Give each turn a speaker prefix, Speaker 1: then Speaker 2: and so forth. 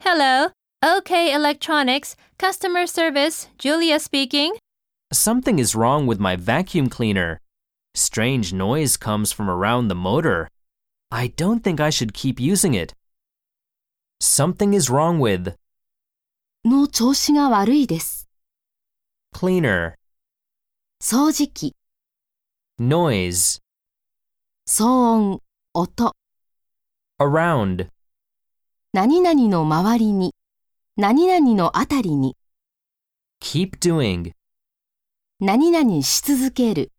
Speaker 1: Hello, OK Electronics, customer service, Julia speaking.
Speaker 2: Something is wrong with my vacuum cleaner. Strange noise comes from around the motor. I don't think I should keep using it. Something is wrong with
Speaker 3: の調子が悪いです。
Speaker 2: cleaner,
Speaker 3: 掃除機、
Speaker 2: noise,
Speaker 3: 騒音、音、
Speaker 2: around,
Speaker 3: 何々の周りに、何々のあたりに、
Speaker 2: keep doing,
Speaker 3: 何々し続ける。